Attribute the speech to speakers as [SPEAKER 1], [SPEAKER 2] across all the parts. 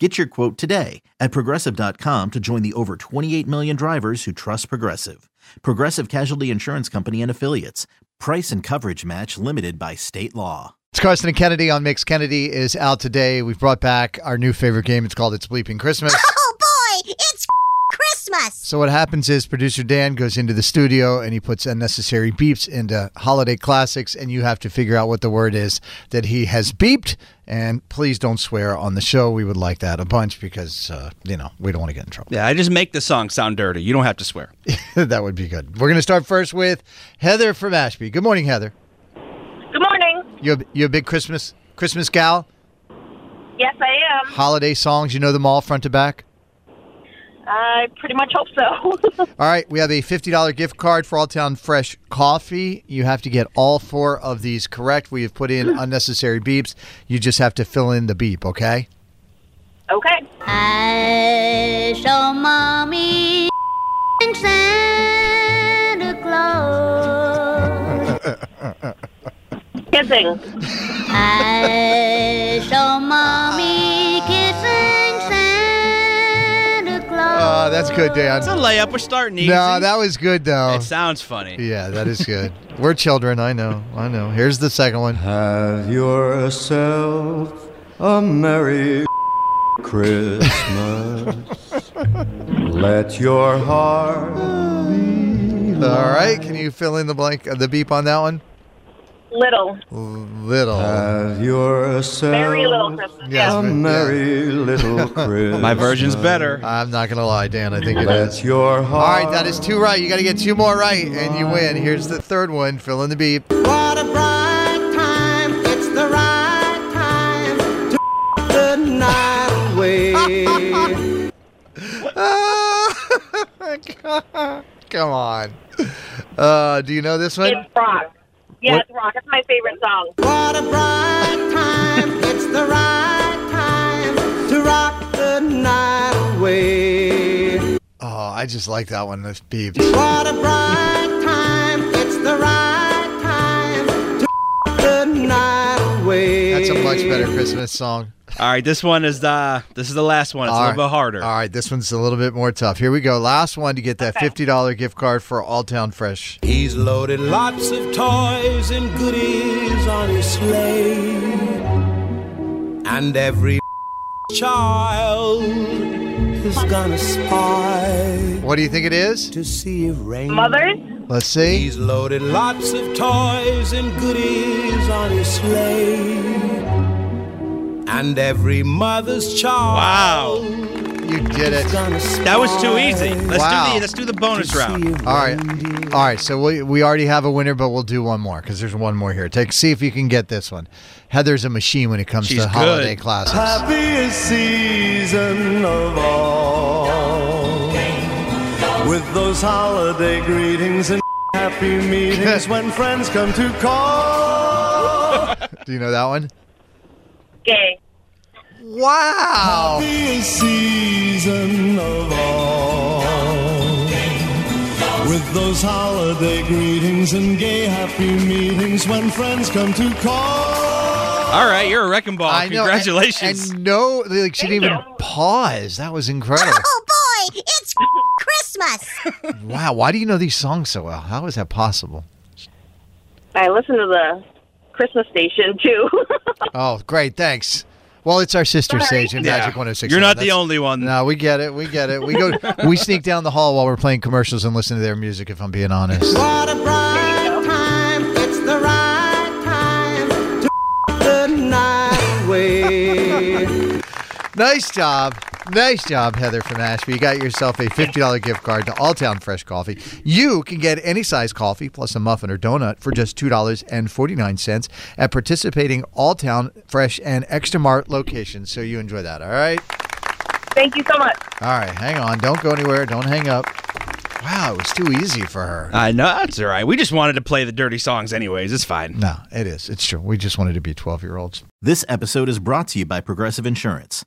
[SPEAKER 1] Get your quote today at progressive.com to join the over 28 million drivers who trust Progressive. Progressive Casualty Insurance Company and Affiliates. Price and coverage match limited by state law.
[SPEAKER 2] It's Carson and Kennedy on Mix. Kennedy is out today. We've brought back our new favorite game. It's called It's Bleeping Christmas.
[SPEAKER 3] Oh boy, it's Christmas.
[SPEAKER 2] So what happens is producer Dan goes into the studio and he puts unnecessary beeps into holiday classics, and you have to figure out what the word is that he has beeped. And please don't swear on the show. We would like that a bunch because uh, you know we don't want to get in trouble.
[SPEAKER 4] Yeah, I just make the song sound dirty. You don't have to swear.
[SPEAKER 2] that would be good. We're going to start first with Heather from Ashby. Good morning, Heather.
[SPEAKER 5] Good morning.
[SPEAKER 2] You a, you a big Christmas Christmas gal?
[SPEAKER 5] Yes, I am.
[SPEAKER 2] Holiday songs, you know them all front to back.
[SPEAKER 5] I pretty much hope so.
[SPEAKER 2] All right, we have a $50 gift card for Alltown Fresh Coffee. You have to get all four of these correct. We have put in unnecessary beeps. You just have to fill in the beep, okay?
[SPEAKER 5] okay.
[SPEAKER 3] I show mommy and Santa Claus.
[SPEAKER 5] Kissing.
[SPEAKER 3] I show mommy kissing Santa Claus.
[SPEAKER 2] Uh, that's good, Dan.
[SPEAKER 4] It's a layup. We're starting easy.
[SPEAKER 2] No, that was good, though.
[SPEAKER 4] it sounds funny.
[SPEAKER 2] Yeah, that is good. We're children, I know. I know. Here's the second one.
[SPEAKER 6] Have yourself a Merry Christmas. Let your heart be
[SPEAKER 2] All right, can you fill in the blank uh, the beep on that one?
[SPEAKER 5] Little.
[SPEAKER 2] Little.
[SPEAKER 6] Have yourself
[SPEAKER 5] Very little Christmas. Um,
[SPEAKER 2] Yes.
[SPEAKER 6] a
[SPEAKER 5] Yeah.
[SPEAKER 6] merry little Christmas.
[SPEAKER 4] My version's better.
[SPEAKER 2] I'm not going to lie, Dan. I think it is.
[SPEAKER 6] Let your heart.
[SPEAKER 2] All right, that is two right. You got to get two more right, and you win. Here's the third one. Fill in the beep.
[SPEAKER 7] What a bright time, it's the right time to the night away.
[SPEAKER 2] Come on. Uh, do you know this one?
[SPEAKER 5] It's rock. Yeah,
[SPEAKER 2] What-
[SPEAKER 5] it's rock. It's my favorite song.
[SPEAKER 7] What a bright time, it's the right time to rock the night away.
[SPEAKER 2] Oh, I just like that one. That's beep.
[SPEAKER 7] What a bright time, it's the right time to the night away.
[SPEAKER 2] That's a much better Christmas song.
[SPEAKER 4] All right, this one is the this is the last one. It's
[SPEAKER 2] All
[SPEAKER 4] a
[SPEAKER 2] right.
[SPEAKER 4] little bit harder.
[SPEAKER 2] All right, this one's a little bit more tough. Here we go. Last one to get that $50 gift card for All Town Fresh.
[SPEAKER 8] He's loaded lots of toys and goodies on his sleigh. And every child is gonna spy
[SPEAKER 2] What do you think it is?
[SPEAKER 8] to see if rain.
[SPEAKER 5] Mothers.
[SPEAKER 2] Let's see.
[SPEAKER 8] He's loaded lots of toys and goodies on his sleigh. And every mother's
[SPEAKER 4] Wow.
[SPEAKER 8] child
[SPEAKER 2] You did
[SPEAKER 8] is
[SPEAKER 2] it.
[SPEAKER 8] gonna spy.
[SPEAKER 4] That was too easy. Let's
[SPEAKER 2] Wow.
[SPEAKER 4] do the let's do the bonus round.
[SPEAKER 2] All right. All right, so we, we already have a winner, but we'll do one more because there's one more here. Take See if you can get this one. Heather's a machine when it comes
[SPEAKER 4] She's
[SPEAKER 2] to holiday
[SPEAKER 4] good.
[SPEAKER 2] classics.
[SPEAKER 6] Happiest season of all. With those holiday greetings and happy meetings when friends come to call.
[SPEAKER 2] Do you know that one?
[SPEAKER 5] Gay.
[SPEAKER 2] Wow.
[SPEAKER 6] Happiest season of all. With those holiday greetings and gay happy meetings when friends come to call.
[SPEAKER 4] All right, you're a wrecking ball.
[SPEAKER 2] I know, and-
[SPEAKER 4] Oh, Congratulations.
[SPEAKER 2] And, no, like she didn't even pause. That was incredible.
[SPEAKER 3] Oh boy, it's Christmas.
[SPEAKER 2] wow, why do you know these songs so well? How is that possible?
[SPEAKER 5] I listen to the Christmas station too.
[SPEAKER 2] Oh, great, thanks. Well, it's our sister
[SPEAKER 5] Sorry.
[SPEAKER 2] stage in
[SPEAKER 4] Yeah.
[SPEAKER 2] Magic 106.
[SPEAKER 4] You're not
[SPEAKER 2] That's-
[SPEAKER 4] the only one.
[SPEAKER 2] No, we get it. We get it. We go. we sneak down the hall while we're playing commercials and listen to their music. If I'm being honest.
[SPEAKER 7] What a bright time, it's the right time to the night away.
[SPEAKER 2] Nice job. Nice job, Heather from Ashby. You got yourself a $50 gift card to Alltown Fresh Coffee. You can get any size coffee plus a muffin or donut for just $2.49 at participating Alltown Fresh and Extra Mart locations. So you enjoy that, all right?
[SPEAKER 5] Thank you so much.
[SPEAKER 2] All right, hang on. Don't go anywhere. Don't hang up. Wow, it was too easy for her.
[SPEAKER 4] I know that's all right. We just wanted to play the dirty songs, anyways. It's fine.
[SPEAKER 2] No, it is. It's true. We just wanted to be 12 year olds.
[SPEAKER 1] This episode is brought to you by Progressive Insurance.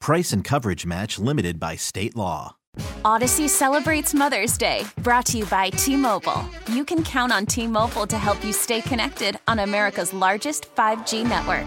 [SPEAKER 1] Price and coverage match limited by state law.
[SPEAKER 9] Odyssey celebrates Mother's Day, brought to you by T Mobile. You can count on T Mobile to help you stay connected on America's largest 5G network.